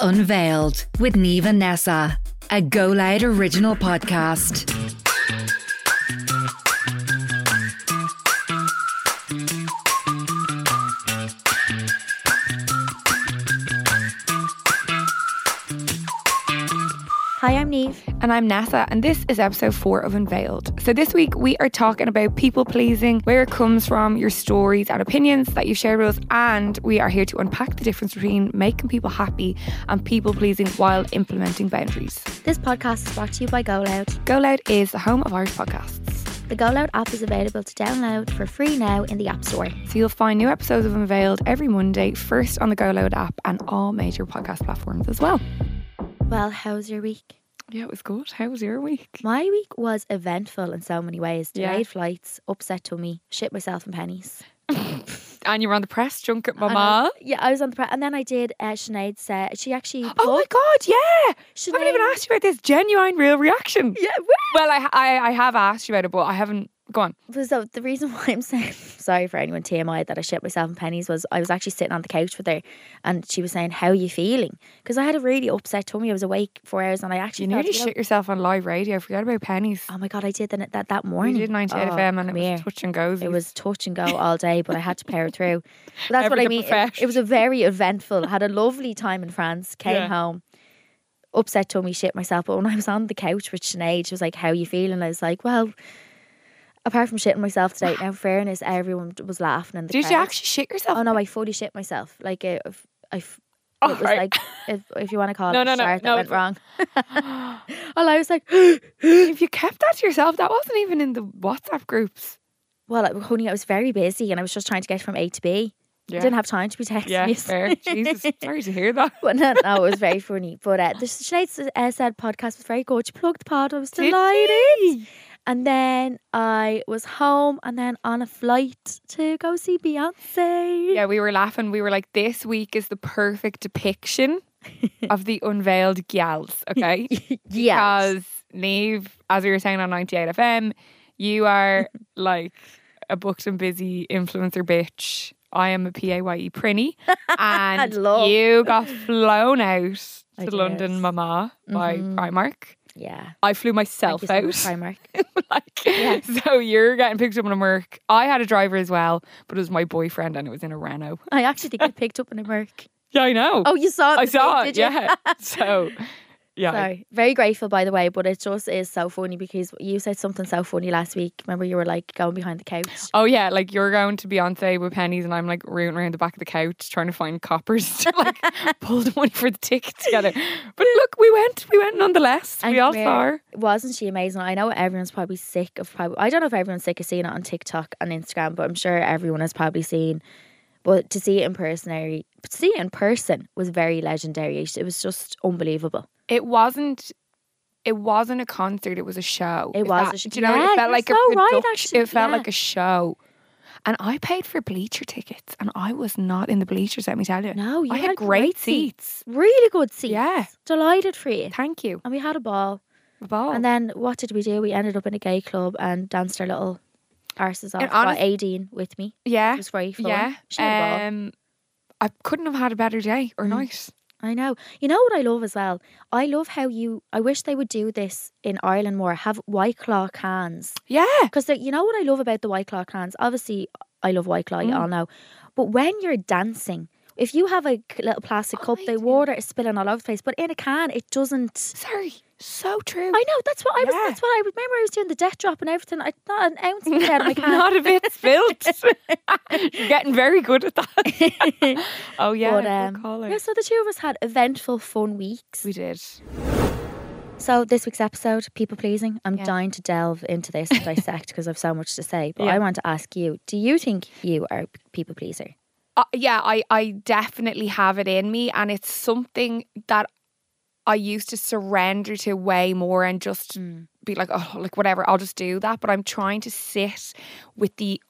Unveiled with Neve and Nessa, a Go Loud original podcast. Hi, I'm Neve. And I'm NASA, and this is episode four of Unveiled. So, this week we are talking about people pleasing, where it comes from, your stories and opinions that you've shared with us, and we are here to unpack the difference between making people happy and people pleasing while implementing boundaries. This podcast is brought to you by Go Loud. Go Loud is the home of Irish podcasts. The Go Loud app is available to download for free now in the App Store. So, you'll find new episodes of Unveiled every Monday, first on the Go Loud app and all major podcast platforms as well. Well, how's your week? Yeah, it was good. How was your week? My week was eventful in so many ways. Yeah. Delayed flights, upset tummy, shit myself in pennies. And you were on the press junket, And I was- yeah, I was on the pre- and then I did uh, Sinead's set. She actually. Oh my God, yeah! I haven't even Sinead- asked you about this genuine, real reaction. Yeah, where? Well, I, I I have asked you about it, but I haven't gone. So the reason why I'm saying sorry for anyone TMI that I shit myself in pennies was I was actually sitting on the couch with her, and she was saying, "How are you feeling?" Because I had a really upset tummy. I was awake for hours, and I actually You felt, nearly you know, shit yourself on live radio. Forget about pennies. Oh my god, I did that that, that We morning. did 98 Oh, FM and it come was here. touch and goes. It was touch and go all day, but I had to power through. But that's what Every I good mean. It, profession. it was a very eventful. Had a lovely time in France. Came Yeah. home, upset tummy, shit myself. But when I was on the couch with Sinead, she was like, "How you feeling?" I was like, "Well." Apart from shitting myself today, now in fairness, everyone d- was laughing in the Did you crowd. actually shit yourself? Oh no, I fully shit myself. Like it, I, f- Oh, it was right. like if, if you want to call No, it no, a no, start no, that went it's- wrong. and I was like, if you kept that to yourself, that wasn't even in the WhatsApp groups. Well, like, honey, I was very busy and I was just trying to get from A to B. I Yeah. didn't have time to be texting Yeah, you. fair. Jesus, sorry to hear that. But no, no, it was very funny. But uh, the Sinead's uh, said podcast was very good. She plugged the pod. I was Did delighted. she? And then I was home and then on a flight to go see Beyonce. Yeah, we were laughing. We were like, this week is the perfect depiction of the unveiled gals, okay? Yes. Because Neve, as we were saying on 98 FM, you are like a booked and busy influencer bitch. I am a PAYE prinny. And love. you got flown out I to did. London Mama by Primark. Yeah. I flew myself Thank you so much, out. Primark. like, So you're getting picked up in a Merc. I had a driver as well, but it was my boyfriend and it was in a Renault. I actually did get picked up in a Merc. Yeah, I know. Oh, you saw it? I saw Did it. you? Yeah. so, yeah. Sorry. Very grateful, by the way, but it just is so funny because you said something so funny last week. Remember, you were like going behind the couch. Oh yeah, like you're going to Beyonce with pennies, and I'm like rooting around the back of the couch trying to find coppers to like pull the money for the ticket together. But look, we went, we went nonetheless. And we all where- saw her. Wasn't she amazing? I know everyone's probably sick of probably. I don't know if everyone's sick of seeing it on TikTok and Instagram, but I'm sure everyone has probably seen. But to see it in person, to see it in person was very legendary. It was just unbelievable. It wasn't. It wasn't a concert. It was a show. It If was a that- sh- Do you know? Yeah, it felt you're like so a right, production- actually, It felt yeah. like a show. And I paid for bleacher tickets, and I was not in the bleachers. Let me tell you. No, you I had, had great, great seats. Really good seats. Yeah. delighted for you. Thank you. And we had a ball. A ball. And then what did we do? We ended up in a gay club and danced our little arses off. And Got honest- Aideen with me. yeah, It was very fun. yeah. She had a ball. um, I couldn't have had a better day Mm. or night. I know. You know what I love as well? I love how you. I wish they would do this in Ireland more. Have White Claw cans. Yeah. Because you know what I love about the White Claw cans? Obviously, I love White Claw, Mm. you all know. But when you're dancing, if you have a c- little plastic Oh, cup, the water is spilling all over the place. But in a can, it doesn't. Sorry. So true. I know. That's what I was. Yeah. That's what I remember. I was doing the death drop and everything. I not an ounce of out of my can. Not a bit spilt. You're getting very good at that. oh yeah, But good um, caller. yeah, so the two of us had eventful, fun weeks. we did. So this week's episode, people pleasing. I'm Yeah. dying to delve into this and dissect because I've so much to say. But Yeah. I want to ask you: Do you think you are a people pleaser? Uh, yeah, I I definitely have it in me, and it's something that I used to surrender to way more and just be like, oh, like whatever, I'll just do that. But I'm trying to sit with the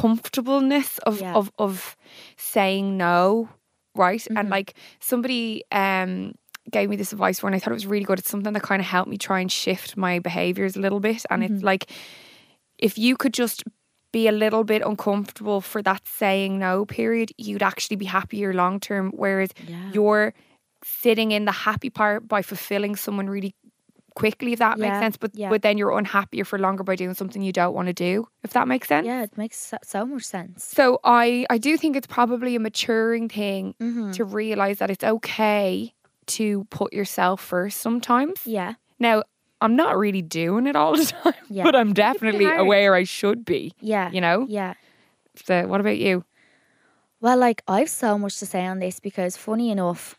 uncomfortableness of Yeah. of of saying no, right? And like somebody um gave me this advice for, and I thought it was really good. It's something that kind of helped me try and shift my behaviors a little bit. And it's like if you could just be a little bit uncomfortable for that saying no period, you'd actually be happier long term. Whereas Yeah. you're sitting in the happy part by fulfilling someone really quickly, if that makes Yeah, sense. But yeah. but then you're unhappier for longer by doing something you don't want to do, if that makes sense. Yeah, it makes so, so much sense. So I I do think it's probably a maturing thing Mm-hmm. to realize that it's okay to put yourself first sometimes. Yeah. Now, I'm not really doing it all the time, Yeah. but I'm definitely hard. aware I should be, Yeah. you know? Yeah. So, what about you? Well, like I've so much to say on this because funny enough,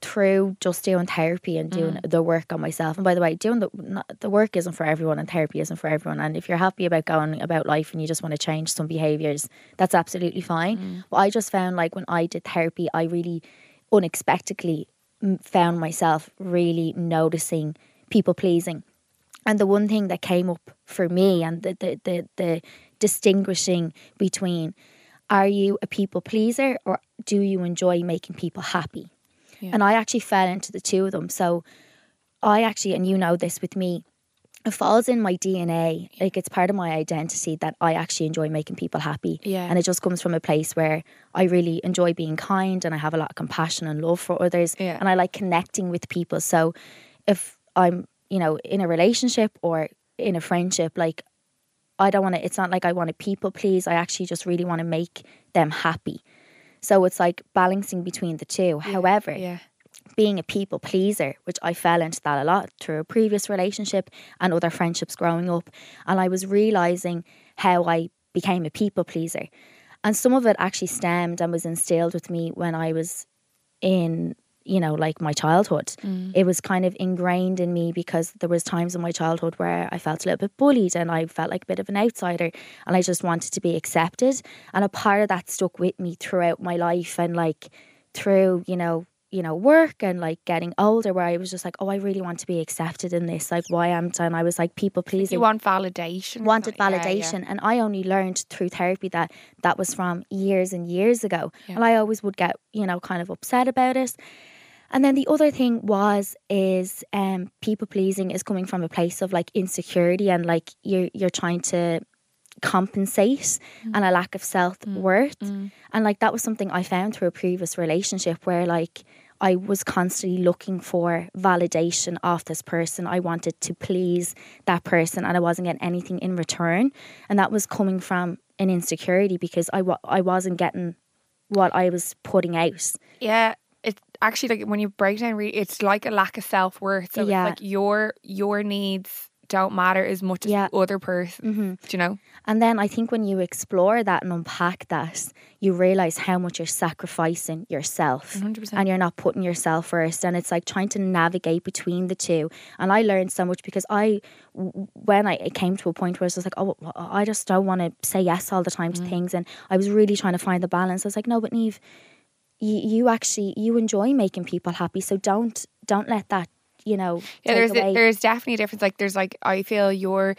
through just doing therapy and doing the work on myself, and by the way, doing the not, the work isn't for everyone, and therapy isn't for everyone. And if you're happy about going about life and you just want to change some behaviors, that's absolutely fine. But I just found like when I did therapy, I really unexpectedly m- found myself really noticing people pleasing. And the one thing that came up for me and the the, the, the distinguishing between are you a people pleaser or do you enjoy making people happy? And I actually fell into the two of them. So I actually, and you know this with me, it falls in my DNA. Like it's part of my identity that I actually enjoy making people happy. Yeah. And it just comes from a place where I really enjoy being kind and I have a lot of compassion and love for others. Yeah. And I like connecting with people. So if I'm, you know, in a relationship or in a friendship, like I don't want to, it's not like I want to people please. I actually just really want to make them happy. So it's like balancing between the two. However, Yeah. being a people pleaser, which I fell into that a lot through a previous relationship and other friendships growing up. And I was realizing how I became a people pleaser. And some of it actually stemmed and was instilled with me when I was in, you know, like my childhood. It was kind of ingrained in me because there was times in my childhood where I felt a little bit bullied and I felt like a bit of an outsider and I just wanted to be accepted. And a part of that stuck with me throughout my life and like through, you know, you know, work and like getting older where I was just like, Oh, I really want to be accepted in this. Like why am I and I was like people pleasing You want validation. or wanted something. Yeah, yeah. validation and i only learned through therapy that that was from years and years ago and i always would get you know kind of upset about it and then the other thing was is um people pleasing is coming from a place of like insecurity and like you're you're trying to compensate Mm. and a lack of self-worth and like that was something i found through a previous relationship where like i was constantly looking for validation off this person i wanted to please that person and i wasn't getting anything in return and that was coming from an insecurity because i, wa- I wasn't getting what i was putting out Yeah, it's actually like when you break down, re- it's like a lack of self worth. So Yeah. it's like your your needs don't matter as much as Yeah. the other person. Do you know? And then I think when you explore that and unpack that, you realize how much you're sacrificing yourself 100%. and you're not putting yourself first. And it's like trying to navigate between the two. And I learned so much because I, w- when I it came to a point where I was just like, oh, well, I just don't want to say yes all the time Mm. to things. And I was really trying to find the balance. I was like, no, but Neve, you, you actually, you enjoy making people happy. So don't, don't let that, you know, Yeah, take there's away. a, there's definitely a difference. Like there's like I feel your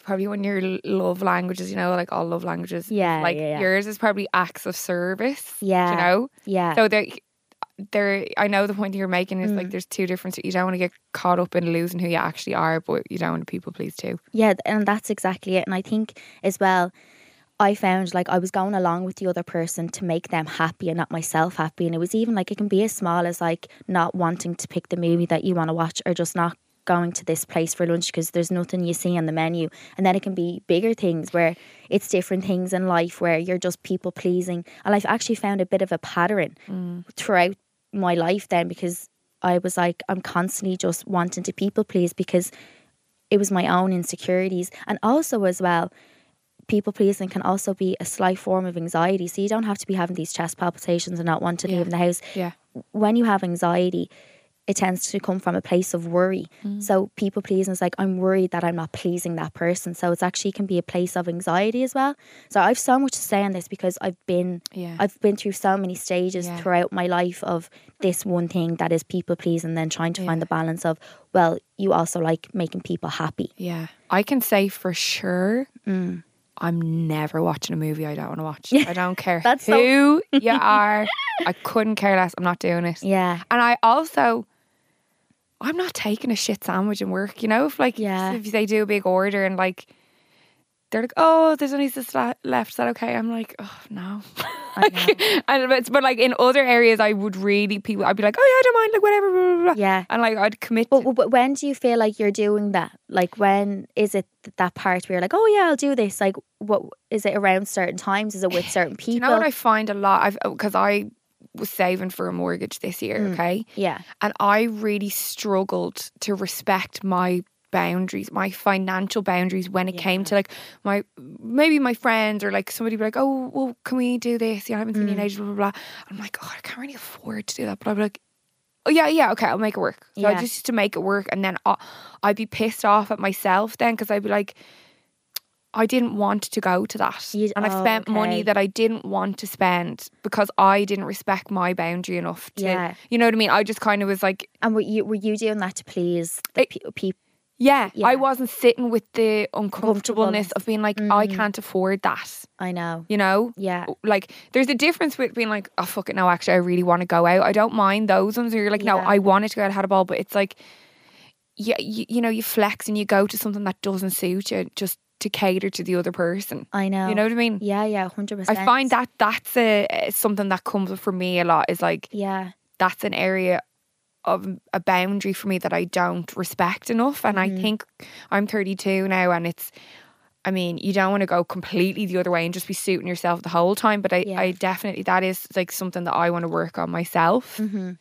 probably when your l- love languages, you know, like all love languages. Yeah, like yeah, yeah. yours is probably acts of service. Yeah. Uh, you know. yeah. So there, there. I know the point you're making is Mm. like there's two differences. You don't want to get caught up in losing who you actually are, but you don't want to people please too. Yeah, th- and that's exactly it. And I think as well, I found like I was going along with the other person to make them happy and not myself happy. And it was even like it can be as small as like not wanting to pick the movie that you want to watch or just not going to this place for lunch because there's nothing you see on the menu. And then it can be bigger things where it's different things in life where you're just people pleasing. And I've actually found a bit of a pattern throughout my life then because I was like, I'm constantly just wanting to people please because it was my own insecurities and also as well people pleasing can also be a slight form of anxiety so you don't have to be having these chest palpitations and not want to Yeah. leave the house Yeah, when you have anxiety it tends to come from a place of worry so people pleasing is like i'm worried that i'm not pleasing that person so it's actually can be a place of anxiety as well so i've so much to say on this because i've been yeah. I've been through so many stages Yeah. throughout my life of this one thing that is people please and then trying to find Yeah. the balance of, well, you also like making people happy. Yeah. I can say for sure Mm. I'm never watching a movie I don't want to watch. I don't care That's so- who you are. I couldn't care less. I'm not doing it. Yeah. And I also I'm not taking a shit sandwich and work, you know, if like Yeah. if they do a big order and like they're like, oh, there's only this la- left. Is that okay? I'm like, oh no. I know. and but, but like in other areas, I would really people. I'd be like, oh yeah, I don't mind. Like whatever. Blah, blah, blah. Yeah. And like I'd commit. But, but- but when do you feel like you're doing that? Like when is it th- that part where you're like, oh yeah, I'll do this? Like what is it around certain times? Is it with certain people? Do you know what I find a lot? I've because I was saving for a mortgage this year. Okay. yeah, And I really struggled to respect my boundaries, my financial boundaries when it came to like my maybe my friends or like somebody be like, Oh, well, can we do this? You know, I haven't seen you Mm. in ages, blah blah blah. I'm like, Oh, I can't really afford to do that. But I'd be like, Oh yeah, yeah, okay, I'll make it work. So I Yeah. just used to make it work and then I, I'd be pissed off at myself then because I'd be like I didn't want to go to that. You- and I oh, spent money okay. that I didn't want to spend because I didn't respect my boundary enough to Yeah. you know what I mean? I just kind of was like and were you were you doing that to please the It- pe- people? yeah, Yeah. I wasn't sitting with the uncomfortableness of being like, I Mm. can't afford that. I know. You know, Yeah, like there's a difference with being like, oh fuck it, no, actually, I really want to go out. I don't mind those ones. Where you're like, no, Yeah. I wanted to go out, I had a ball, but it's like, yeah, you, you know, you flex and you go to something that doesn't suit you just to cater to the other person. I know. You know what I mean? Yeah, yeah, hundred percent. I find that that's a uh, something that comes up for me a lot. Is like Yeah, that's an area of a boundary for me that I don't respect enough. And Mm. I think I'm 32 now, and it's, I mean, you don't want to go completely the other way and just be suiting yourself the whole time. But I, Yeah. I definitely, that is like something that I want to work on myself. Mm.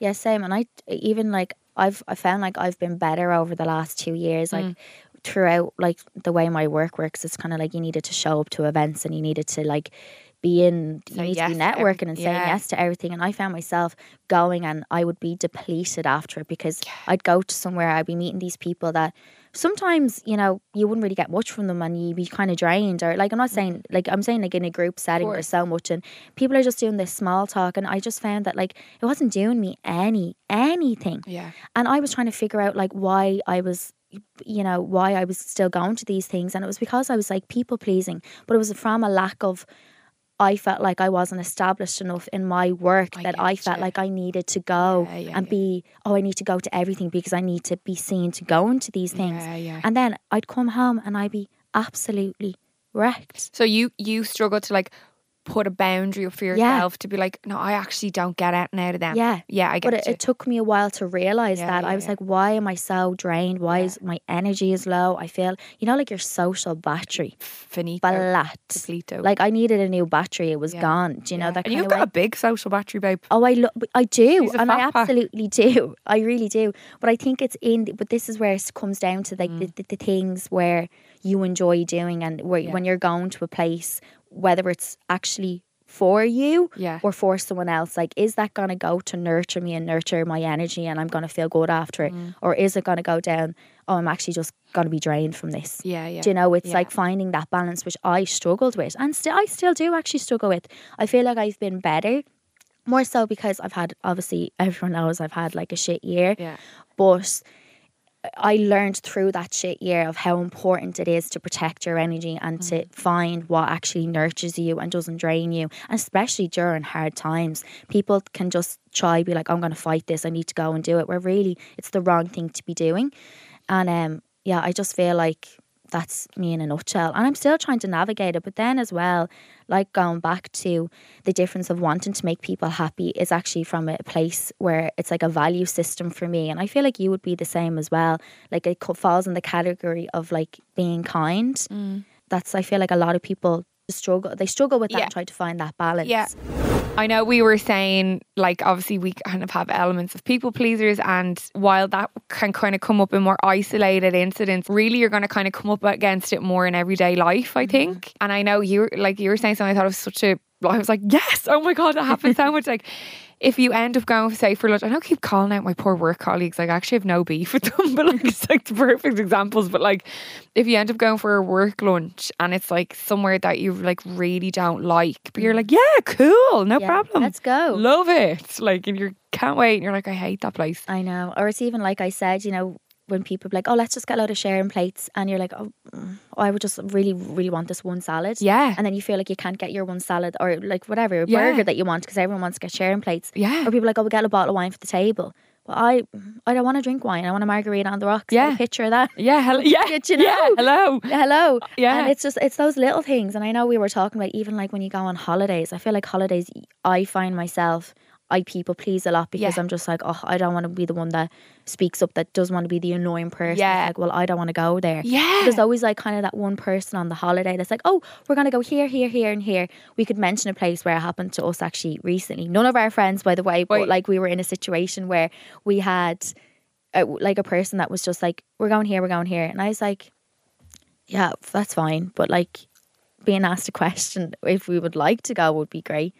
yeah, same. And I even like I've I found like I've been better over the last two years. Mm. Like throughout, like the way my work works, it's kind of like you needed to show up to events and you needed to like be in you Say need to be yes to networking every- and saying yeah. yes to everything and i found myself going and i would be depleted after it because i'd go to somewhere i'd be meeting these people that sometimes you know you wouldn't really get much from them and you'd be kind of drained or like i'm not saying like i'm saying like in a group setting there's course. so much and people are just doing this small talk and i just found that like it wasn't doing me any anything Yeah. and I was trying to figure out like why I was you know why I was still going to these things and it was because I was like people pleasing but it was from a lack of I felt like I wasn't established enough in my work I that I get felt you. like I needed to go Yeah, yeah, and yeah. be oh I need to go to everything because I need to be seen to go into these things Yeah, yeah. and then I'd come home and I'd be absolutely wrecked So you, you struggle to like put a boundary up for yourself to be like, no, I actually don't get out and out of them. Yeah. Yeah, I get but it, you. it took me a while to realize Yeah, that yeah, I was yeah. like why am I so drained why is my energy is low I feel you know like your social battery Finito. flat. Depleto. Like I needed a new battery; it was Yeah. gone. Do you know Yeah. that and kind you've of got way? a big social battery, babe. Oh, I look, I do, She's a and I fat pack. absolutely do. I really do. But I think it's in, but this is where it comes down to like Mm. the, the, the things where you enjoy doing, and where when you're going to a place, whether it's actually for you Yeah. or for someone else, like is that gonna go to nurture me and nurture my energy, and I'm gonna feel good after it, Mm. or is it gonna go down? Oh, I'm actually just gonna be drained from this. Yeah, yeah. Do you know, it's Yeah. like finding that balance, which I struggled with, and still I still do actually struggle with. I feel like I've been better, more so because I've had obviously everyone knows I've had like a shit year, Yeah. but I learned through that shit year of how important it is to protect your energy and to Mm. find what actually nurtures you and doesn't drain you, and especially during hard times. People can just try be like, "I'm going to fight this. I need to go and do it," where really it's the wrong thing to be doing. And um, yeah, I just feel like that's me in a nutshell. And I'm still trying to navigate it. But then as well, like going back to the difference of wanting to make people happy is actually from a place where it's like a value system for me. And I feel like you would be the same as well. Like it co- falls in the category of like being kind. That's, I feel like a lot of people struggle. They struggle with that Mm. Yeah. and try to find that balance. Yeah. I know we were saying, like, obviously, we kind of have elements of people pleasers, and while that can kind of come up in more isolated incidents, really, you're going to kind of come up against it more in everyday life, I think. And I know you, were like, you were saying something I thought was such a, I was like, yes, oh my God, that happened so much. Like, if you end up going, say, for lunch, I don't keep calling out my poor work colleagues. Like, I actually have no beef with them, but like, it's like the perfect examples. But like, if you end up going for a work lunch and it's like somewhere that you like really don't like, but you're like, yeah, cool, no Yeah, problem. let's go. Love it. Like, and you can't wait. And you're like, I hate that place. I know. Or it's even like I said, you know, when people be like, oh, let's just get a load of sharing plates. And you're like, oh, mm, I would just really, really want this one salad. Yeah. And then you feel like you can't get your one salad or like whatever, a Yeah. burger that you want because everyone wants to get sharing plates. Yeah. Or people are like, oh, we get a bottle of wine for the table. But I I don't want to drink wine. I want a margarita on the rocks. Yeah. Like, picture that. Yeah, hello. Yeah, Did you know? yeah, hello. Hello. Uh, Yeah. And it's just it's those little things. And I know we were talking about even like when you go on holidays. I feel like holidays I find myself I people please a lot because Yeah. I'm just like, oh, I don't want to be the one that speaks up that doesn't want to be the annoying person. It's Yeah. Like, well, I don't want to go there. Yeah. There's always like kind of that one person on the holiday that's like, oh, we're going to go here, here, here, and here. We could mention a place where it happened to us actually recently. None of our friends, by the way, but Wait. like we were in a situation where we had uh, like a person that was just like, we're going here, we're going here. And I was like, yeah, that's fine. But like being asked a question if we would like to go would be great.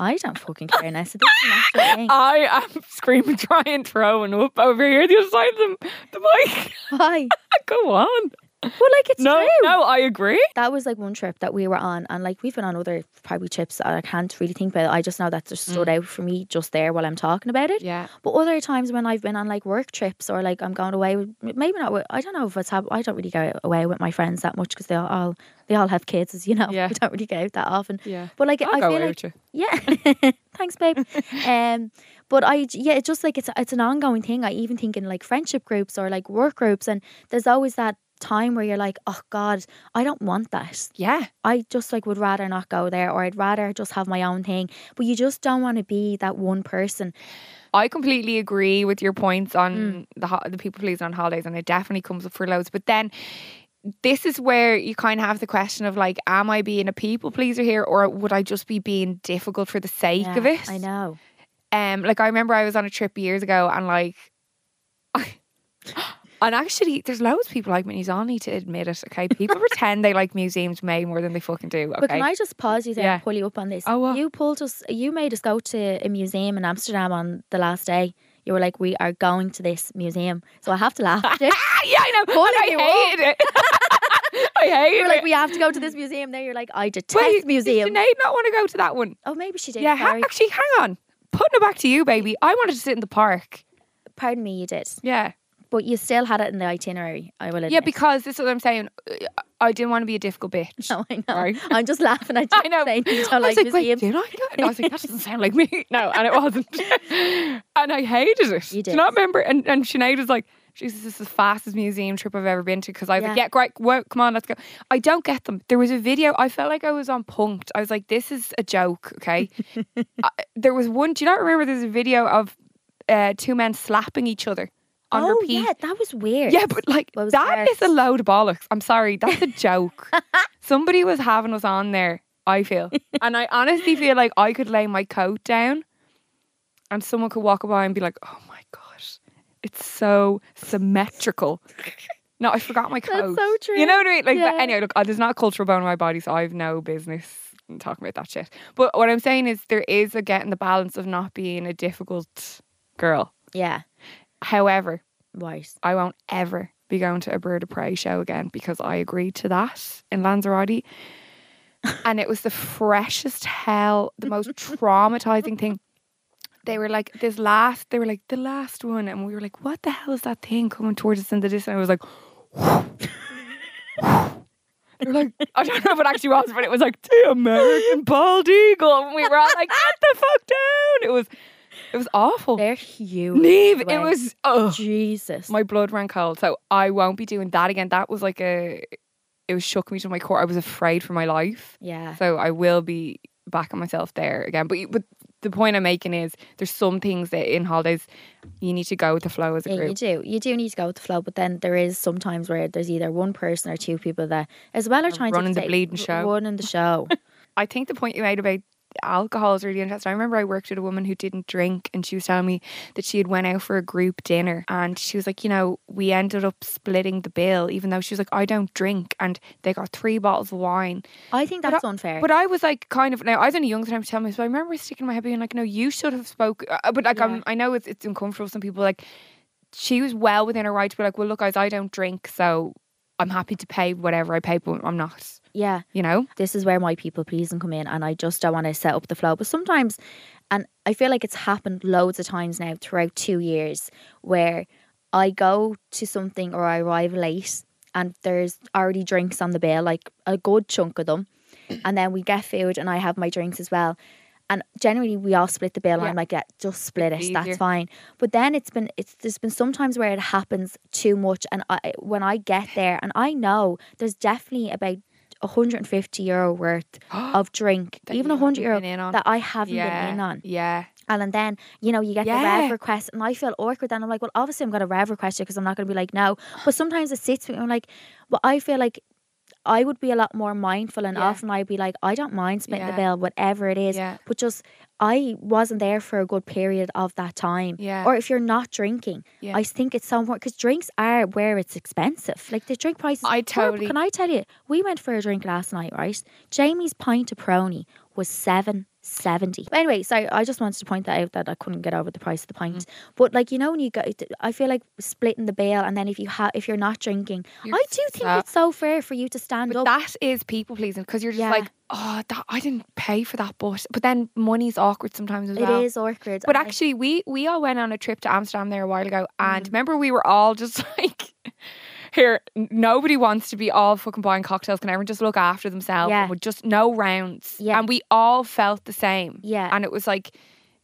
I don't fucking care, Nessa. This is not your thing. I am screaming, trying, throwing up over here the other side of the, the mic. Why? Go on. Well, like it's No, true. no, I agree. that was like one trip that we were on, and like we've been on other probably trips that I can't really think about. I just know that just stood out for me just there while I'm talking about it. Mm. Yeah. But other times when I've been on like work trips or like I'm going away, with, maybe not. With, I don't know if it's happened. I don't really go away with my friends that much because they all, all they all have kids, as you know. Yeah. I don't really go out that often. Yeah. But like I'll I go feel away like with you. yeah, thanks, babe. um, but I yeah, it's just like it's it's an ongoing thing. I even think in like friendship groups or like work groups, and there's always that time where you're like, oh God, I don't want that. Yeah. I just like would rather not go there, or I'd rather just have my own thing. But you just don't want to be that one person. I completely agree with your points Mm. on the ho- the people pleasing on holidays, and it definitely comes up for loads. But then this is where you kind of have the question of like, am I being a people pleaser here, or would I just be being difficult for the sake Yeah, of it? I know. Um, like I remember I was on a trip years ago, and like, and actually, there's loads of people like me. and You all need to admit it, okay? People pretend they like museums way more than they fucking do. Okay. But can I just pause you there Yeah. and pull you up on this? Oh, what? You pulled us. You made us go to a museum in Amsterdam on the last day. You were like, "We are going to this museum," so I have to laugh at it. ah, yeah, I know. and Pulling you up. I hated it. I hated You're it. like, we have to go to this museum. There, you're like, I detest Wait, did museums. Sinead not want to go to that one. Oh, maybe she did. Yeah, ha- sorry. actually, hang on. Putting it back to you, baby. I wanted to sit in the park. Pardon me, you did, Yeah. but you still had it in the itinerary. I will admit. Yeah, because this is what I'm saying. Uh, I didn't want to be a difficult bitch. no, I know. Sorry. I'm just laughing at you. I know. Saying you I don't was like, like, wait, museums. did I? go? And I was like, that doesn't sound like me. No, and it wasn't. and I hated it. You Do did. you not remember? And, and Sinead was like, Jesus, this is the fastest museum trip I've ever been to. Because I was like, Yeah. yeah, great, well, come on, let's go. I don't get them. There was a video, I felt like I was on punked. I was like, this is a joke, okay? I, there was one, do you not remember there's a video of uh, two men slapping each other on oh repeat? yeah, that was weird. Yeah, but like What was that theirs? is a load of bollocks. I'm sorry, that's a joke. Somebody was having us on there. I feel, and I honestly feel like I could lay my coat down, and someone could walk by and be like, "Oh my gosh, it's so symmetrical." no, I forgot my That's coat. so true. You know what I mean? Like, but Yeah. anyway, look, uh, there's not a cultural bone in my body, so I've no business talking about that shit. But what I'm saying is, there is a getting the balance of not being a difficult girl. yeah. However, Right. I won't ever be going to a bird of prey show again because I agreed to that in Lanzarote. and it was the freshest hell, the most traumatizing thing. They were like, this last, they were like, the last one. And we were like, what the hell is that thing coming towards us in the distance? And I was like, they were like, I don't know if it actually was, but it was like the American bald eagle. And we were all like, get the fuck down. It was, it was awful. They're huge. Oh, Neve, way. it was, oh. ugh Jesus. my blood ran cold. So I won't be doing that again. That was like a, it was shook me to my core. I was afraid for my life. yeah. So I will be backing myself there again. But you- but the point I'm making is there's some things that in holidays you need to go with the flow as a Yeah, you group. do. You do need to go with the flow, but then there is sometimes where there's either one person or two people that, as well, are trying running to the bleeding show. running the show. I think the point you made about alcohol is really interesting. I remember I worked with a woman who didn't drink and she was telling me that she had went out for a group dinner and she was like, you know, we ended up splitting the bill even though she was like, I don't drink and they got three bottles of wine I think But that's I- unfair. But I was like, kind of. Now I was only young at the time to tell me, so I remember sticking my head being like, "No, you should have spoke." uh, But like, I'm, I know it's it's uncomfortable. for Some people like she was well within her right to be like, "Well, look, guys, I don't drink, so I'm happy to pay whatever I pay, but I'm not." yeah, You know? this is where my people pleasing come in, and I just don't want to set up the flow. But sometimes, and I feel like it's happened loads of times now throughout two years, where I go to something or I arrive late, and there's already drinks on the bill, like a good chunk of them, and then we get food, and I have my drinks as well. And generally, we all split the bill. And Yeah. I'm like, yeah, just split it. easier. That's fine. But then it's been it's there's been some times where it happens too much, and I when I get there, and I know there's definitely about 150 euro worth of drink, That even you 100 haven't euro been in on. that I haven't yeah. been in on. Yeah. And, and then, you know, you get the Yeah. rev request, and I feel awkward. Then I'm like, well, obviously, I'm going to rev request you because I'm not going to be like, no. But sometimes it sits with me. I'm like, well, I feel like I would be a lot more mindful, and Yeah. often I'd be like, I don't mind splitting Yeah. the bill, whatever it is. Yeah. But just, I wasn't there for a good period of that time. Yeah. Or if you're not drinking, Yeah. I think it's so important because drinks are where it's expensive. Like the drink prices. I horrible. totally- Can I tell you? We went for a drink last night, right? Jamie's pint of Prony was seven seventy. But anyway, sorry, I just wanted to point that out that I couldn't get over the price of the pint. Mm-hmm. But like you know, when you go, I feel like splitting the bill, and then if you have, if you're not drinking, You're I do think so- it's so fair for you to stand But up. that is people pleasing because you're just Yeah. like, oh, that, I didn't pay for that, but but then money's awkward sometimes as it well. is awkward. and But I- actually, we we all went on a trip to Amsterdam there a while ago, Mm. and remember we were all just like, here, n- nobody wants to be all fucking buying cocktails. Can everyone just look after themselves? Yeah. And we just no rounds. Yeah. And we all felt the same. Yeah. And it was like,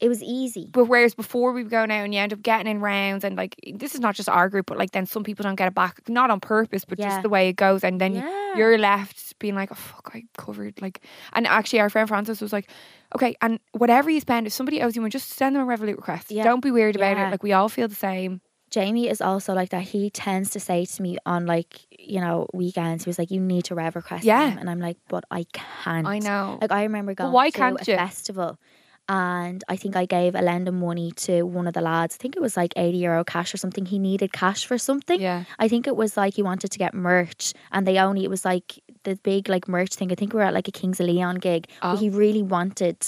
it was easy. but whereas before we would go now and you end up getting in rounds, and like this is not just our group, but like then some people don't get it back, not on purpose, but Yeah. just the way it goes, and then. Yeah. You're left being like, oh, fuck, I covered. Like, and actually, our friend Francis was like, okay, and whatever you spend, if somebody owes you one, just send them a Revolut request. Yeah. Don't be weird about Yeah. it. Like, we all feel the same. Jamie is also like that. He tends to say to me on like you know weekends, he was like, "You need to rev request." Yeah. them." and I'm like, "But I can't." I know. Like I remember But going why to can't a you? festival and I think I gave a lend of money to one of the lads. I think it was like 80 euro cash or something. He needed cash for something. Yeah. I think it was like he wanted to get merch and they only it was like the big like merch thing. I think we were at like a Kings of Leon gig. Oh. But he really wanted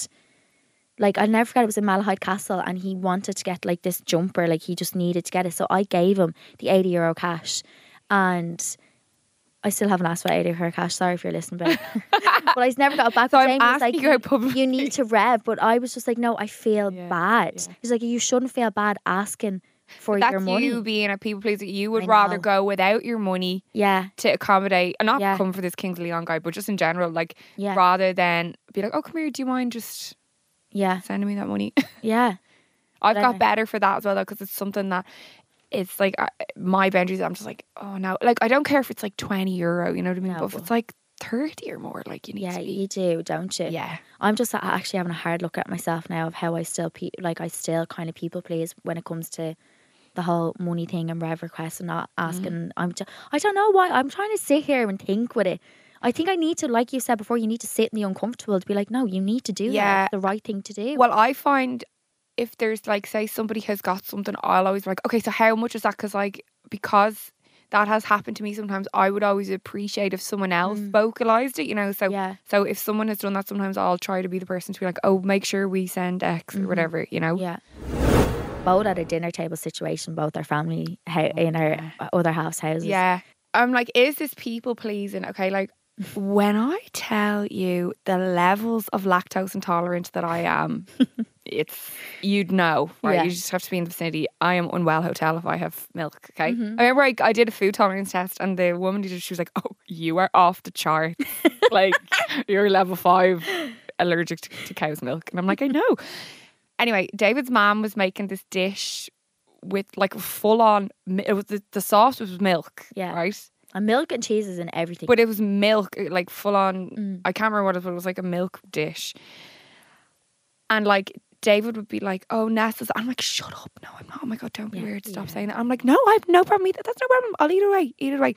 like I never forget it was in Malahide Castle and he wanted to get like this jumper, like he just needed to get it. So I gave him the 80 euro cash and I still haven't asked for 80 euro cash. Sorry if you're listening, but, but I never got it back. So But I'm Jamie was asking like, you out publicly. you need to rev. But I was just like, no, I feel Yeah, bad. yeah. He's like, you shouldn't feel bad asking for your That's money. you being a people pleaser. You would I rather know. go without your money yeah, to accommodate, and not Yeah. come for this Kings of Leon guy, but just in general, like, Yeah. rather than be like, oh, come here, do you mind just yeah, sending me that money? yeah, I've Whatever. got better for that as well, though, because it's something that it's like I, my boundaries. I'm just like, oh no, like I don't care if it's like 20 euro, you know what I mean? No. But if it's like 30 or more, like you need yeah. to be. You do, don't you? Yeah. I'm just a- actually having a hard look at myself now of how I still pe- like I still kind of people please when it comes to the whole money thing and rev requests and not Mm-hmm. asking. I'm ju- I don't know why I'm trying to sit here and think with it. I think I need to, like you said before, you need to sit in the uncomfortable to be like, no, you need to do Yeah. that. It's the right thing to do. Well, I find if there's like, say, somebody has got something, I'll always be like, okay, so how much is that? Because like, because that has happened to me sometimes. I would always appreciate if someone else vocalized it, you know. So, Mm. Yeah. so if someone has done that, sometimes I'll try to be the person to be like, oh, make sure we send X Mm-hmm. or whatever, you know. Yeah. Both at a dinner table situation, both our family ho- in our other half's houses. Oh, Yeah. I'm like, is this people pleasing? Okay, like when I tell you the levels of lactose intolerant that I am, it's you'd know, right? Yeah. You just have to be in the vicinity. I am unwell hotel if I have milk. Okay. I remember I, I did a food tolerance test and the woman did it, she was like, Oh, you are off the chart. like you're level five allergic to, to cow's milk. And I'm like, I know. Anyway, David's mom was making this dish with like a full on. It was the, the sauce was milk, Yeah. right? And milk and cheese is in everything. But it was milk, uh, like full on. Mm. I can't remember what it was, but it was like a milk dish. And like David would be like, "Oh, Nessa's," I'm like, "Shut up! No, I'm not. Oh my god, don't be Yeah, weird. Stop yeah. saying that." I'm like, "No, I have no problem. Eat that. That's no problem. I'll eat it away. Eat it away."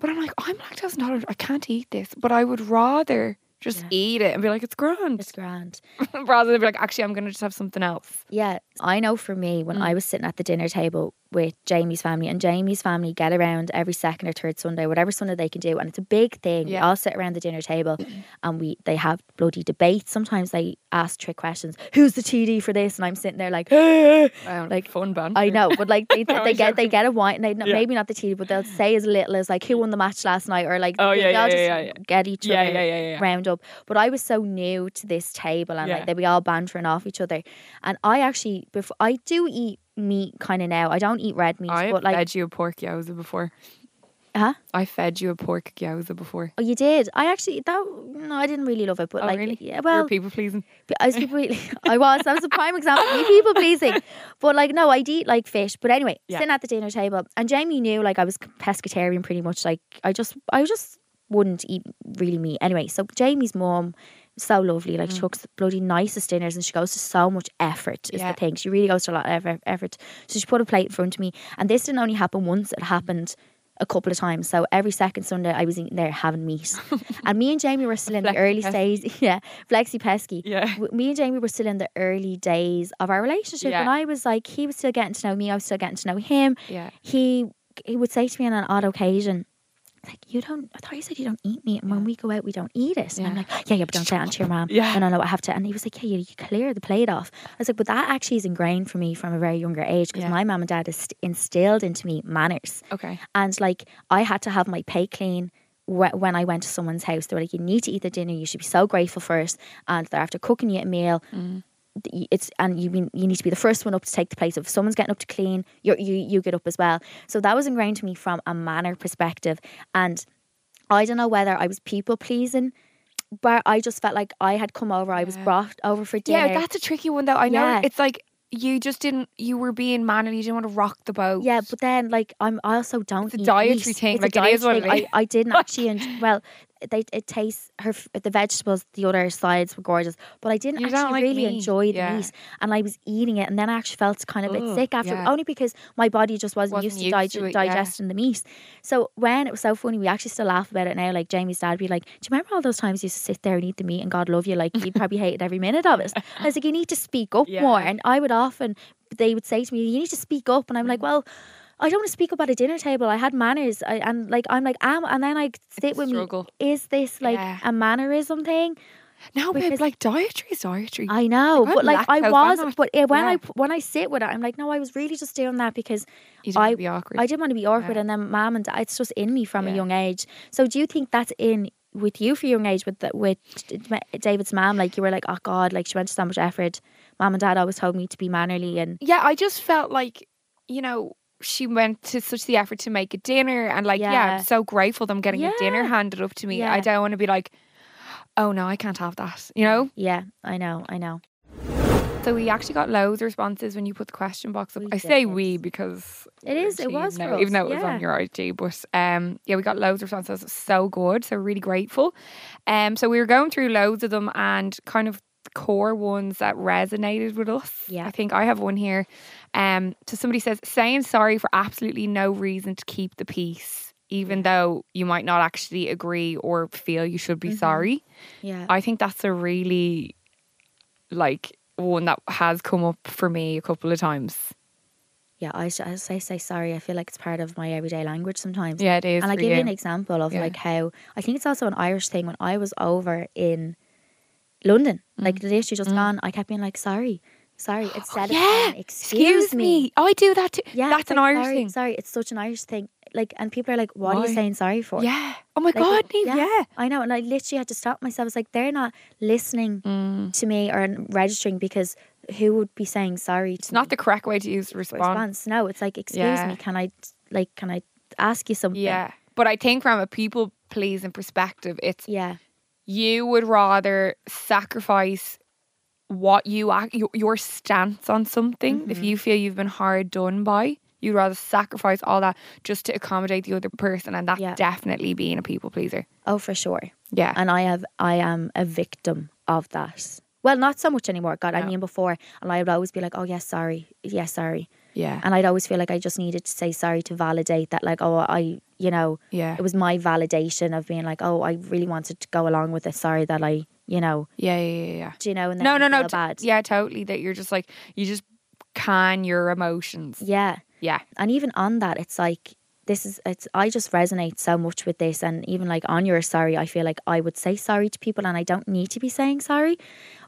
But I'm like, "I'm lactose intolerant. I can't eat this." But I would rather just Yeah. eat it and be like, "It's grand," it's grand. rather than be like, "Actually, I'm gonna just have something else." Yeah, I know for me, when Mm. I was sitting at the dinner table with Jamie's family, and Jamie's family get around every second or third Sunday, whatever Sunday they can do, and it's a big thing. We Yeah. all sit around the dinner table and we they have bloody debates. Sometimes they ask trick questions Who's the TD for this? And I'm sitting there like, Um, Like, fun banter. I know, but like they, No, they get they exactly. get a wine. They, Yeah. Maybe not the tea, but they'll say as little as like who won the match last night, or like Oh, they- yeah, they'll yeah, just yeah, yeah. get each Yeah, other yeah, yeah, yeah. round up. But I was so new to this table, and Yeah. like they were all bantering off each other. And I actually before I do eat meat kind of now. I don't eat red meat, I've but like fed you a pork yowza before. Huh? I fed you a pork gyoza before. Oh, you did. I actually that no, I didn't really love it, but oh like really? yeah, You're well, people pleasing. P- I was people I was. That was a prime example. of Me people pleasing. But like, no, I'd eat like fish. But anyway, Yeah. sitting at the dinner table, and Jamie knew like I was pescatarian pretty much. Like I just, I just wouldn't eat really meat anyway. So Jamie's mom. So lovely, Mm. like she cooks the bloody nicest dinners, and she goes to so much effort. Is Yeah. the thing she really goes to a lot of eff- effort. So she put a plate in front of me, and this didn't only happen once; it happened a couple of times. So every second Sunday, I was eating there having meat, and me and Jamie were still in the Flexi early pesky. stages. Yeah, flexi pesky Yeah. w- me and Jamie were still in the early days of our relationship, Yeah. and I was like, he was still getting to know me, I was still getting to know him. Yeah. He he would say to me on an odd occasion, like, "You don't. I thought you said you don't eat meat, and when we go out, we don't eat it." And I'm Yeah. like, "Yeah, yeah, but don't say it to your mom." Yeah. No, no, no, I have to. And he was like, "Yeah, you, you clear the plate off." I was like, "But that actually is ingrained for me from a very younger age because Yeah. my mom and dad has st- instilled into me manners." Okay. And like, I had to have my plate clean wh- when I went to someone's house. They were like, you need to eat the dinner. You should be so grateful for it. And they're after cooking you a meal. Mm. th- y- It's and you mean you need to be the first one up to take the place. If someone's getting up to clean, you you you get up as well. So that was ingrained to me from a manner perspective, and I don't know whether I was people pleasing, but I just felt like I had come over. I was Yeah. brought over for dinner. Yeah, that's a tricky one though. I know Yeah. it's like you just didn't. You were being manly. You didn't want to rock the boat. Yeah, but then like I'm I also don't. It's a eat dietary meat. thing, It's like, a it is dietary what it thing. is. I, I didn't actually. En- well, they it tastes her f- the vegetables, the other sides were gorgeous, but I didn't You don't actually like really meat. enjoy the Yeah. meat, and I was eating it, and then I actually felt kind of a bit Ugh, sick after, yeah. only because my body just wasn't, Wasn't used to, used dig- to it, yeah. digesting the meat. So when it was so funny, we actually still laugh about it now. Like Jamie's dad would be like, "Do you remember all those times you used to sit there and eat the meat, and God love you, like you'd probably hated every minute of it." I was like, "You need to speak up Yeah. more," and I would often they would say to me, "You need to speak up," and I'm like, Mm-hmm. "Well." I don't want to speak up at a dinner table. I had manners, I, and like I'm like am, and then I sit a with struggle. me. Is this like Yeah. a mannerism thing? No, babe. Because- Like dietary is dietary. I know, Like, but I'm like I lactose, I'm was, not- but yeah, when I yeah. when I sit with it, I'm like, no, I was really just doing that because you didn't want I- to be awkward. I didn't want to be awkward, Yeah. and then mom and dad, it's just in me from a Yeah. young age. So do you think that's in? With you for young age, with the, with David's mom, like you were like, oh God, like she went to so much effort. Mom and dad always told me to be mannerly, and yeah, I just felt like, you know, she went to such the effort to make a dinner and like, yeah, Yeah. I'm so grateful that I'm getting a dinner Yeah. handed up to me. Yeah. I don't want to be like, oh no, I can't have that, you know? yeah, I know, I know. So we actually got loads of responses when you put the question box up. We I say did. we because It we're is, it team was now, for us, even though it was yeah. on your IG, but um yeah, we got loads of responses. It was So good. So really grateful. Um so we were going through loads of them and kind of the core ones that resonated with us. Yeah. I think I have one here. Um so somebody says saying sorry for absolutely no reason to keep the peace, even though you might not actually agree or feel you should be Mm-hmm. sorry. Yeah, I think that's a really like one that has come up for me a couple of times. yeah, I, s- I say say sorry. I feel like it's part of my everyday language sometimes. Yeah, it is. and I for give you. you. an example of Yeah. like how I think it's also an Irish thing. When I was over in London, Mm. like the day she just gone, I kept being like, "Sorry, sorry," instead yeah. Oh, of saying, "Excuse me." I do that too. Yeah, that's it's an like, Irish sorry, thing. Sorry, it's such an Irish thing. Like, and people are like, "What are Why? you saying sorry for?" Yeah. Oh my Like, god, Niamh, yeah. I know, and I literally had to stop myself. It's like they're not listening Mm. to me or registering because who would be saying sorry to It's not the correct way to use response. response? No, it's like, "Excuse Yeah. me, can I like can I ask you something?" Yeah. But I think from a people pleasing perspective, it's yeah, you would rather sacrifice what you ac- your, your stance on something if Mm-hmm. you feel you've been hard done by you'd rather sacrifice all that just to accommodate the other person and that's Yeah. definitely being a people pleaser oh for sure. yeah and I have I am a victim of that. Well, not so much anymore. God, I No. mean before, and I would always be like, "Oh yes, sorry, yes, sorry," yeah and I'd always feel like I just needed to say sorry to validate that, like, "Oh, I, you know, yeah it was my validation of being like, oh, I really wanted to go along with it. Sorry that I, you know, yeah yeah yeah, yeah. do you know?" And then no I no no feel t- bad. yeah totally that you're just like you just can your emotions yeah. yeah and even on that it's like this is it's i just resonate so much with this and even like on your sorry i feel like i would say sorry to people and i don't need to be saying sorry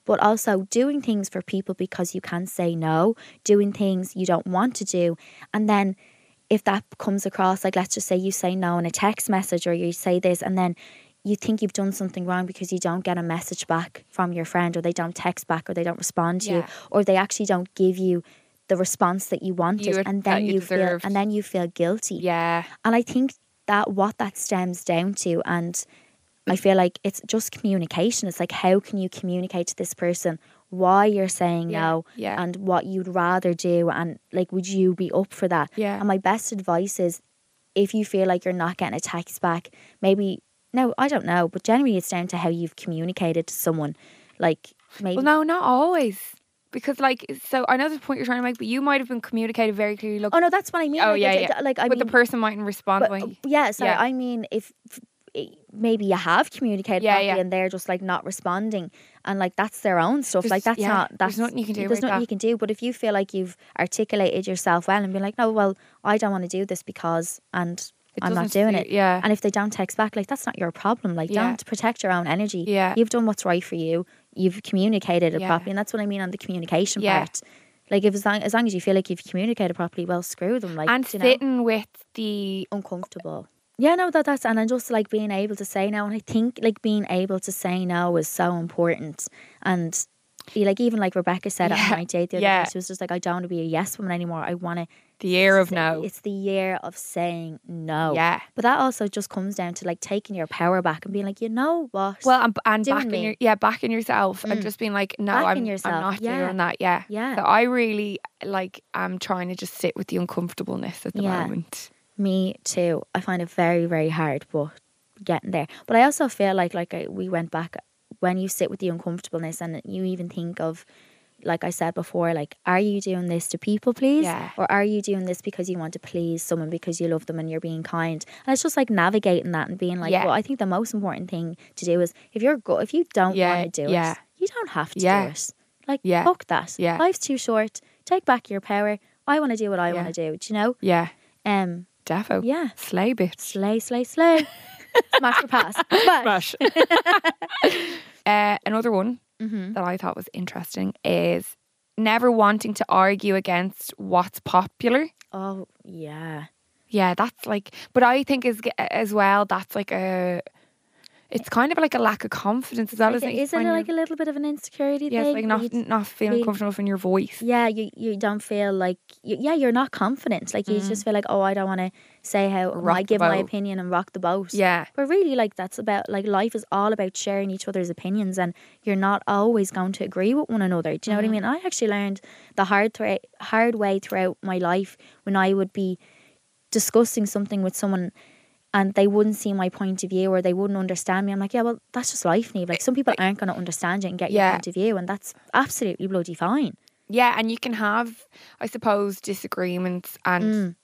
but also doing things for people because you can say no doing things you don't want to do and then if that comes across like let's just say you say no in a text message or you say this and then you think you've done something wrong because you don't get a message back from your friend or they don't text back or they don't respond to you Yeah. or they actually don't give you the response that you wanted You would- and that then you you feel deserved. and then you feel guilty yeah and i think that what that stems down to and I feel like it's just communication. It's like how can you communicate to this person why you're saying Yeah, no yeah. and what you'd rather do and like would you be up for that? Yeah. And my best advice is if you feel like you're not getting a text back, maybe no, I don't know, but generally it's down to how you've communicated to someone. Like maybe Well, no, not always. Because, like, so I know the point you're trying to make, but you might have been communicated very clearly. Look, Oh no, that's what I mean. Oh, like, yeah, I, yeah. Like I but mean, the person mightn't respond. but, by- uh, yeah, so yeah. I mean, if f- i- maybe you have communicated Yeah, properly yeah. and they're just like not responding, and like that's their own stuff. like There's- that's yeah, not there's that's nothing you can do There's about nothing that. you can do. But if you feel like you've articulated yourself well and be like, no, well, I don't want to do this because, and It I'm not doesn't doing suit- it. yeah. And if they don't text back, like that's not your problem. Like Yeah. don't protect your own energy. Yeah. You've done what's right for you. You've communicated it Yeah. properly, and that's what I mean on the communication Yeah. part. Like if as long, as long as you feel like you've communicated properly, well, screw them. Like and do you know? sitting with the. uncomfortable. Yeah, no, that that's and I just like being able to say no, and I think like being able to say no is so important. And you- like even like Rebecca said at Yeah, my date the other yeah. day, she was just like, I don't want to be a yes woman anymore. I want to. The year of no. It's the year of saying no. Yeah. But that also just comes down to like taking your power back and being like, you know what? Well, and, and doing backing me. Mm. your yeah, backing yourself and just being like, no, Backing I'm, yourself, I'm not yeah. doing that. Yeah, Yeah. So I really like am trying to just sit with the uncomfortableness at the Yeah. moment. Me too. I find it very, very hard, but getting there. But I also feel like like I, we went back when you sit with the uncomfortableness and you even think of like I said before, like are you doing this to people please? Yeah. Or are you doing this because you want to please someone because you love them and you're being kind? And it's just like navigating that and being like, Yeah. Well, I think the most important thing to do is if you're go if you don't Yeah, want to do yeah. it, you don't have to Yeah. do it. Like Yeah. fuck that. Yeah. Life's too short. Take back your power. I want to do what I Yeah. want to do. Do you know? Yeah, Um defo. Yeah. slay bitch. Slay, slay, slay. Smash or pass. Smash. Smash. uh, another one Mm-hmm. that I thought was interesting is never wanting to argue against what's popular. Oh, yeah. Yeah, that's like, but I think as as well that's like a, it's kind of like a lack of confidence as well, Like, isn't it? isn't When it you're- like a little bit of an insecurity yeah, thing? it's like where not you- not feeling feel- comfortable in your voice. yeah, you, you don't feel like, you, yeah, you're not confident. Like, you just feel like, oh, I don't want to say how, Mm. Rock I the give my boat. opinion and rock the boat. Yeah. But really, like, that's about, like, life is all about sharing each other's opinions and you're not always going to agree with one another. Do you know what I mean? Mm-hmm. I actually learned the hard, thre- hard way throughout my life when I would be discussing something with someone and they wouldn't see my point of view or they wouldn't understand me. I'm like, yeah, well, that's just life, Neve. Like, some people aren't going to understand you and get Yeah. your point of view, and that's absolutely bloody fine. Yeah, and you can have, I suppose, disagreements, Mm. and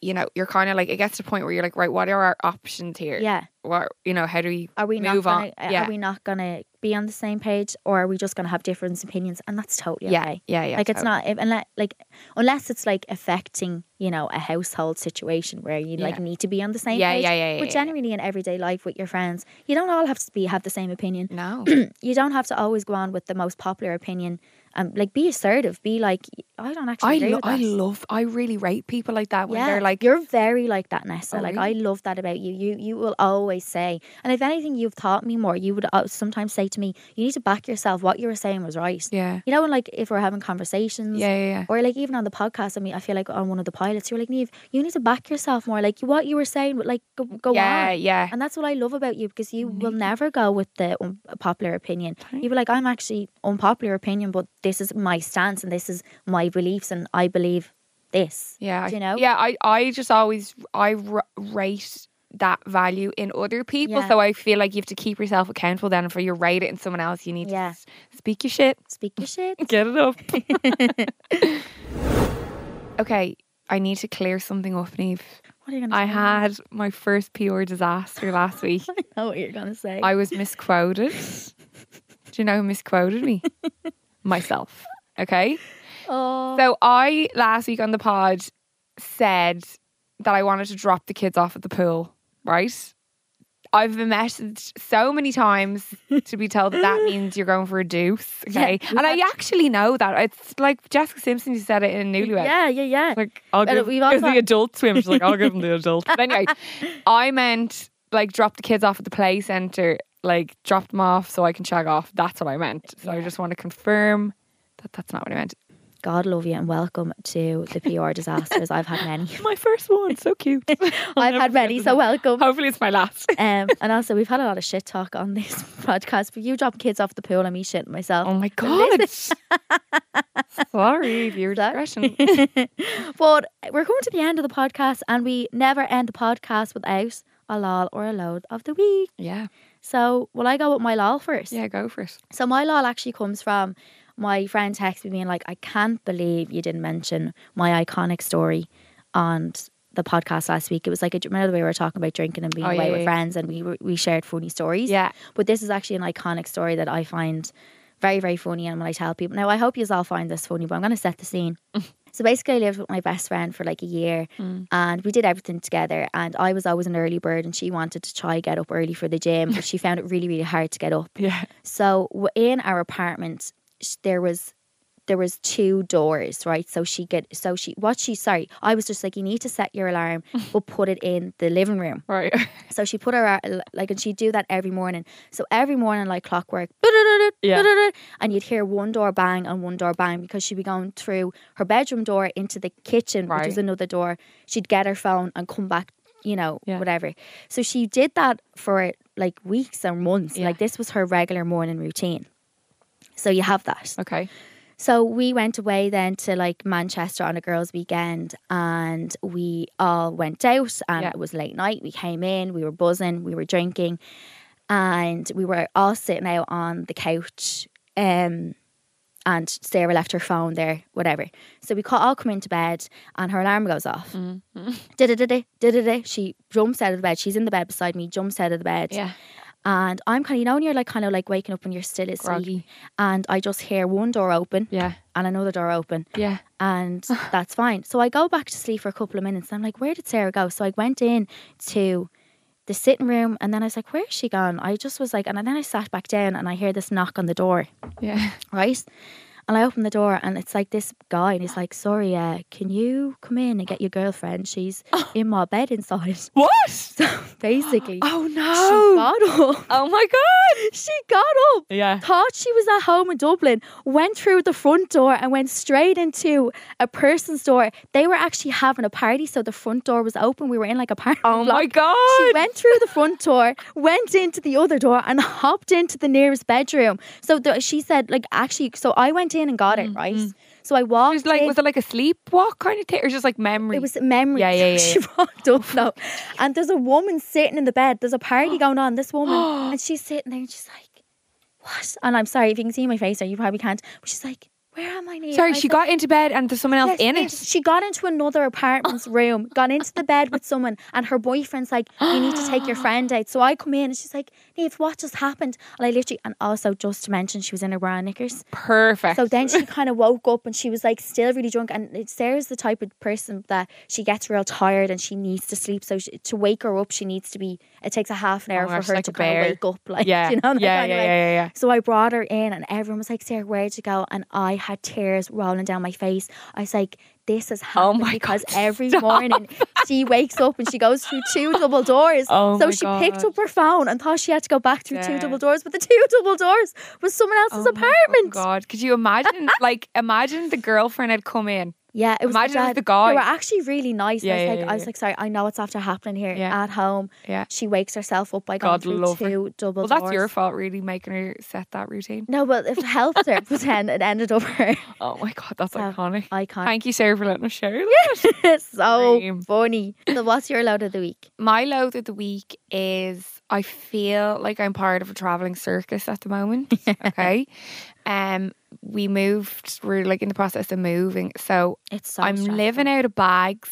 you know, you're kind of like it gets to the point where you're like, right, what are our options here? Yeah. What you know, how do we Are we not move gonna, on? Are we not going to be on the same page, or are we just going to have different opinions? And that's totally yeah, okay. yeah, yeah. like it's so- not if, unless like unless it's like affecting you know a household situation where you like Yeah. need to be on the same Yeah, page. yeah, yeah, yeah, But yeah. generally in everyday life with your friends, you don't all have to be have the same opinion. No. you don't have to always go on with the most popular opinion. Um, like be assertive. Be like, I don't actually I agree lo- with I that. love I really rate people like that when yeah, they're like you're very like that, Nessa. Oh, like I really? love that about you. You you will always say, and if anything, you've taught me more. You would uh, sometimes say to me, "You need to back yourself. What you were saying was right." yeah. You know, and like if we're having conversations, Yeah, yeah, yeah. or like even on the podcast. I mean, I feel like on one of the pilots, you were like, "Neve, you need to back yourself more. Like what you were saying, but like go, go yeah, on." yeah. And that's what I love about you because you will never go with the un- popular opinion. You were like, I'm actually unpopular opinion, but this is my stance and this is my beliefs and I believe this. Yeah, Do I- you know? Yeah, I, I just always I r- rate that value in other people, Yeah. so I feel like you have to keep yourself accountable. Then for you rate it in someone else, you need Yeah. to s- speak your shit, Speak your shit. get it up. okay, I need to clear something up, Neve. What are you going to say? I had my first PR disaster last week. I know what you're going to say. I was misquoted. Do you know who misquoted me? Myself. Okay. oh, So I last week on the pod said that I wanted to drop the kids off at the pool, right? I've been messaged so many times to be told that that means you're going for a deuce, okay? Yeah, we and I actually know that. It's like Jessica Simpson who said it in Newlywed. yeah, yeah, yeah. Like I'll And give we've it was also- the adult swim. She's like, I'll give them the adult. But anyway, I meant like drop the kids off at the play center, like drop them off so I can shag off. That's what I meant. So I just want to confirm that that's not what I meant. God love you and welcome to the PR disasters. I've had many. My first one, so cute. I've had many, so welcome. Hopefully, it's my last. Um, and also, we've had a lot of shit talk on this podcast. But you drop kids off the pool, I'm me shitting myself. Oh my god! Sorry, viewer discretion. but we're coming to the end of the podcast, and we never end the podcast without a lol or a load of the week. yeah, So, will I go with my lol first? yeah, go for it. So, my lol actually comes from my friend texting me being like, I can't believe you didn't mention my iconic story on the podcast last week. It was like, remember we were talking about drinking and being Oh, yeah, away with yeah, yeah. friends, and we, were- we shared funny stories. Yeah, But this is actually an iconic story that I find very, very funny. And when I tell people, now I hope you all find this funny, but I'm going to set the scene. so basically, I lived with my best friend for like a year and we did everything together. And I was always an early bird and she wanted to try get up early for the gym, but she found it really, really hard to get up. yeah. So w- in our apartment, sh- there was there was two doors, right? So she get so she what she sorry, I was just like you need to set your alarm, but put it in the living room. Right. So she put her out, l- like, and she'd do that every morning. So every morning, like clockwork, Yeah. and you'd hear one door bang and one door bang because she'd be going through her bedroom door into the kitchen, which was Right. another door. She'd get her phone and come back, you know, Yeah. whatever. So she did that for like weeks and months. Yeah. Like, this was her regular morning routine. So you have that. Okay. So we went away then to like Manchester on a girls' weekend and we all went out and Yeah. it was late night. We came in, we were buzzing, we were drinking, and we were all sitting out on the couch. Um and Sarah left her phone there, whatever. So we ca- all come into bed and her alarm goes off. Mm-hmm. Da-da-da-da, da-da-da. She jumps out of the bed. She's in the bed beside me, jumps out of the bed. Yeah. And I'm kind of, you know, when you're like kind of like waking up and you're still asleep. Groggy. And I just hear one door open Yeah. and another door open Yeah. and that's fine. So I go back to sleep for a couple of minutes and I'm like, where did Sarah go? So I went in to the sitting room and then I was like, where's she gone? I just was like, and then I sat back down and I hear this knock on the door, Yeah. right? And I open the door and it's like this guy and he's like, sorry, uh, can you come in and get your girlfriend? She's in my bed inside. What? Basically, Oh she no! got up. Oh my god! She got up Yeah. thought she was at home in Dublin, went through the front door and went straight into a person's door. They were actually having a party, so the front door was open. We were in like a party. Oh my god! She went through the front door, went into the other door, and hopped into the nearest bedroom. So the, she said, like, actually, so I went in and got it, right? So I walked. It was Mm-hmm. like, in. was it like a sleepwalk kind of thing, or just like memory? It was memory. Yeah, yeah, yeah, she walked up now, and there's a woman sitting in the bed. There's a party going on. This woman, and she's sitting there, and she's like, "What?" And I'm sorry if you can see my face, or you probably can't. But she's like, "Where am I now?" Sorry, I she was like, got into bed and there's someone else "Yes, in yes." it. She got into another apartment's room, got into the bed with someone, and her boyfriend's like, "You need to take your friend out." So I come in, and she's like, "Neve, what just happened?" And I literally, and also just to mention, she was in her bra and knickers. Perfect. So then she kind of woke up and she was like still really drunk. And it- Sarah's the type of person that she gets real tired and she needs to sleep. So she, to wake her up, she needs to be. It takes a half an hour Oh, for she's her like to a kind bear. of wake up, like yeah. you know. that yeah, kind yeah, of yeah, way. yeah, yeah. So I brought her in, and everyone was like, "Sarah, where'd you go?" And I had tears rolling down my face. I was like, "This has Oh happened my because God, every stop. morning she wakes up and she goes through two double doors." Oh so my she picked God. up her phone and thought she had to go back through two Yeah. double doors, but the two double doors was someone else's Oh my apartment. God, could you imagine? like, imagine the girlfriend had come in. Yeah, it was Imagine it was the, dad. the guy. They were actually really nice. Yeah, I was yeah, like, yeah, I was yeah. like, sorry, I know it's after happening here Yeah. at home. Yeah. She wakes herself up by going God through love her. two double Well, that's doors. your fault, really, making her set that routine. No, but it helped her, but then it ended up her Oh my God, that's So, iconic. icon. Thank you, Sarah, for letting us share. that. so Dream. funny. So, what's your load of the week? My load of the week is I feel like I'm part of a traveling circus at the moment. okay. Um, we moved, we're like in the process of moving. So It's so I'm stressful. living out of bags.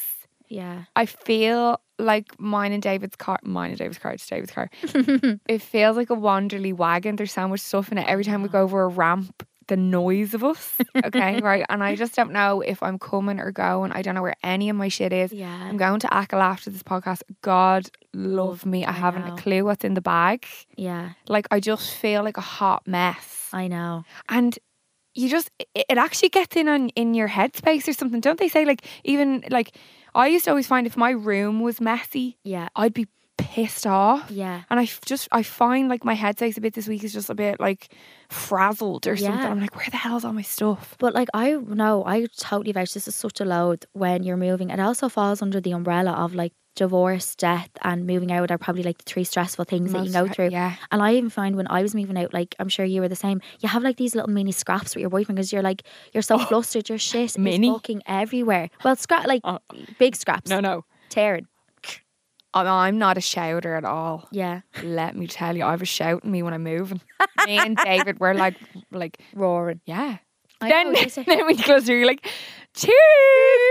Yeah. I feel like mine and David's car, mine and David's car, it's David's car. it feels like a wanderly wagon. There's so much stuff in it. Every time we go over a ramp, the noise of us. Okay. right. And I just don't know if I'm coming or going. I don't know where any of my shit is. Yeah. I'm going to Ackle after this podcast. God love me. I I haven't know. a clue what's in the bag. Yeah. Like I just feel like a hot mess. I know. And you just it it actually gets in on in your headspace or something. Don't they say like even like I used to always find if my room was messy, Yeah. I'd be pissed off. Yeah. And I f- just I find like my head aches a bit this week is just a bit like frazzled or something. Yeah. I'm like, where the hell's all my stuff? But like I no, I totally vouch this is such a load when you're moving. It also falls under the umbrella of like divorce, death and moving out are probably like the three stressful things that you can go Most- through. Yeah. And I even find when I was moving out, like I'm sure you were the same, you have like these little mini scraps with your boyfriend because you're like you're so flustered, your shit Oh, Mini? is fucking everywhere. Well, scrap like Oh. big scraps, No, no. tearing. I'm- I'm not a shouter at all. Yeah, Let me tell you, I was shouting me when I'm moving. me and David were like, like roaring. yeah. I then know, these are- then when you close the door, you're like, cheers,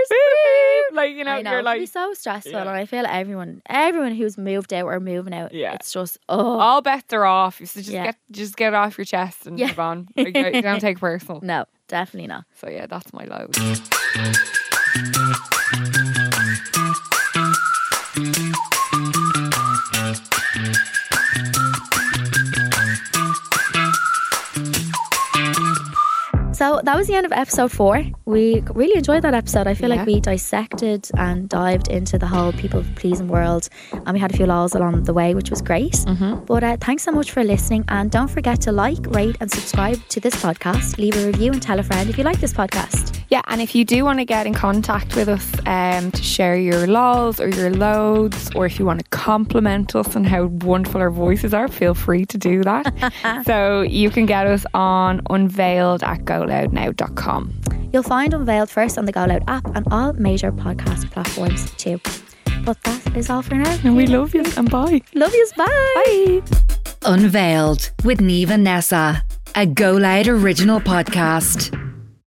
babe." like you know, I know you're it can like be so stressful, Yeah. and I feel everyone, everyone who's moved out or moving out, Yeah. it's just oh all bets are off. So just Yeah. get just get it off your chest and Yeah. move on. Like, you don't take it personal. no, definitely not. So yeah, that's my load. So that was the end of episode four. We really enjoyed that episode. I feel Yeah. like we dissected and dived into the whole people pleasing world, and we had a few lols along the way, which was great. Mm-hmm. But uh, thanks so much for listening, and don't forget to like, rate, and subscribe to this podcast. Leave a review and tell a friend if you like this podcast. Yeah, and if you do want to get in contact with us um, to share your lols or your loads, or if you want to compliment us on how wonderful our voices are, feel free to do that. so you can get us on unveiled at goloudnow.com. You'll find Unveiled first on the Go Loud app and all major podcast platforms too. But that is all for now. And we love you and bye. Love yous. Bye. Bye. Unveiled with Neve and Nessa, a Go Loud original podcast.